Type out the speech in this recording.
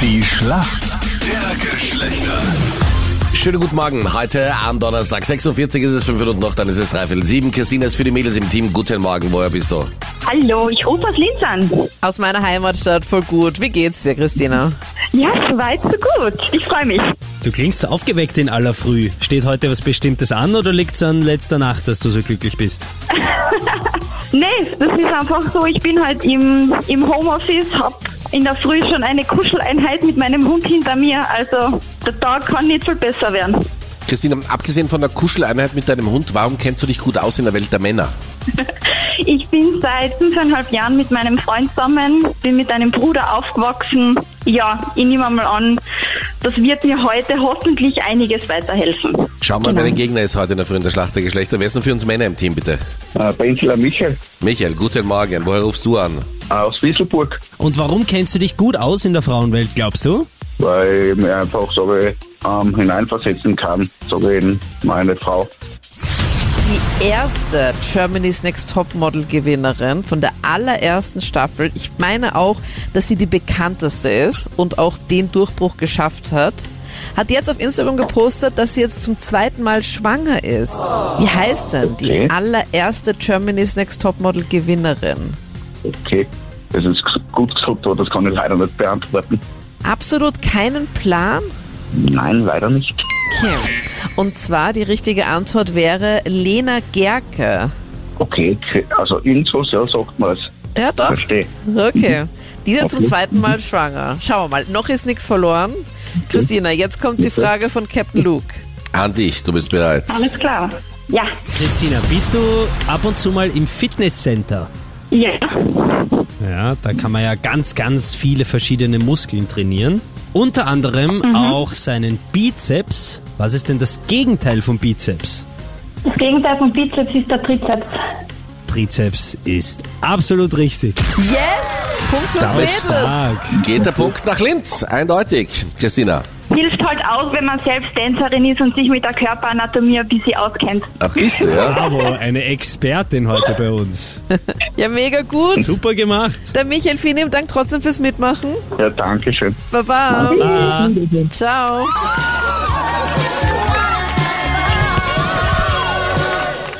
Die Schlacht der Geschlechter. Schönen guten Morgen. Heute am Donnerstag, 6.40 Uhr ist es, 5 Minuten noch, dann ist es dreiviertel sieben. Christina ist für die Mädels im Team. Guten Morgen, woher bist du? Hallo, ich rufe aus Linz an. Aus meiner Heimatstadt, voll gut. Wie geht's dir, Christina? Ja, soweit, so gut. Ich freue mich. Du klingst so aufgeweckt in aller Früh. Steht heute was Bestimmtes an oder liegt's an letzter Nacht, dass du so glücklich bist? Nee, das ist einfach so, ich bin halt im, im Homeoffice, hab in der Früh schon eine Kuscheleinheit mit meinem Hund hinter mir. Also der Tag kann nicht viel besser werden. Christina, abgesehen von der Kuscheleinheit mit deinem Hund, warum kennst du dich gut aus in der Welt der Männer? Ich bin seit fünfeinhalb Jahren mit meinem Freund zusammen, bin mit einem Bruder aufgewachsen. Ja, ich nehme mal an, das wird mir heute hoffentlich einiges weiterhelfen. Schau mal, wer dein Gegner ist heute in der Früh in der Schlacht der Geschlechter. Wer ist denn für uns Männer im Team, bitte? Äh, Benzler Michael Michael, guten Morgen. Woher rufst du an? äh, aus Wieselburg, Und warum kennst du dich gut aus in der Frauenwelt, glaubst du? weil ich mir einfach so ich, ähm, hineinversetzen kann, so in meine Frau. Die erste Germany's Next Topmodel-Gewinnerin von der allerersten Staffel. Ich meine auch, dass sie die bekannteste ist und auch den Durchbruch geschafft hat. Hat jetzt auf Instagram gepostet, dass sie jetzt zum zweiten Mal schwanger ist. Wie heißt denn die Okay. allererste Germany's Next Topmodel-Gewinnerin? Okay, das ist gs- gut gesagt, aber das kann ich leider nicht beantworten. Absolut keinen Plan? Nein, leider nicht. Kim. Und zwar die richtige Antwort wäre Lena Gerke. Okay, k- also Insus, ja, sagt man es. Ja, doch. Verstehe. Okay. Die sind zum Okay. zweiten Mal schwanger. Schauen wir mal. Noch ist nichts verloren. Christina, jetzt kommt die Frage von Captain Luke. An dich, du bist bereit. Alles klar. Ja, Christina, bist du ab und zu mal im Fitnesscenter? ja. Ja, da kann man ja ganz, ganz viele verschiedene Muskeln trainieren. Unter anderem auch seinen Bizeps. Was ist denn das Gegenteil von Bizeps? Das Gegenteil von Bizeps ist der Trizeps. Trizeps ist absolut richtig. Yes! Punkt fürs Damit Mädels. Geht der Punkt nach Linz? Eindeutig. Christina, Hilft halt aus, wenn man selbst Tänzerin ist und sich mit der Körperanatomie ein bisschen auskennt. ein bisschen, ja? Bravo, eine Expertin heute bei uns. Ja, mega gut. Super gemacht. Dann Michael, vielen lieben Dank trotzdem fürs Mitmachen. Ja, danke schön. Baba. Ciao.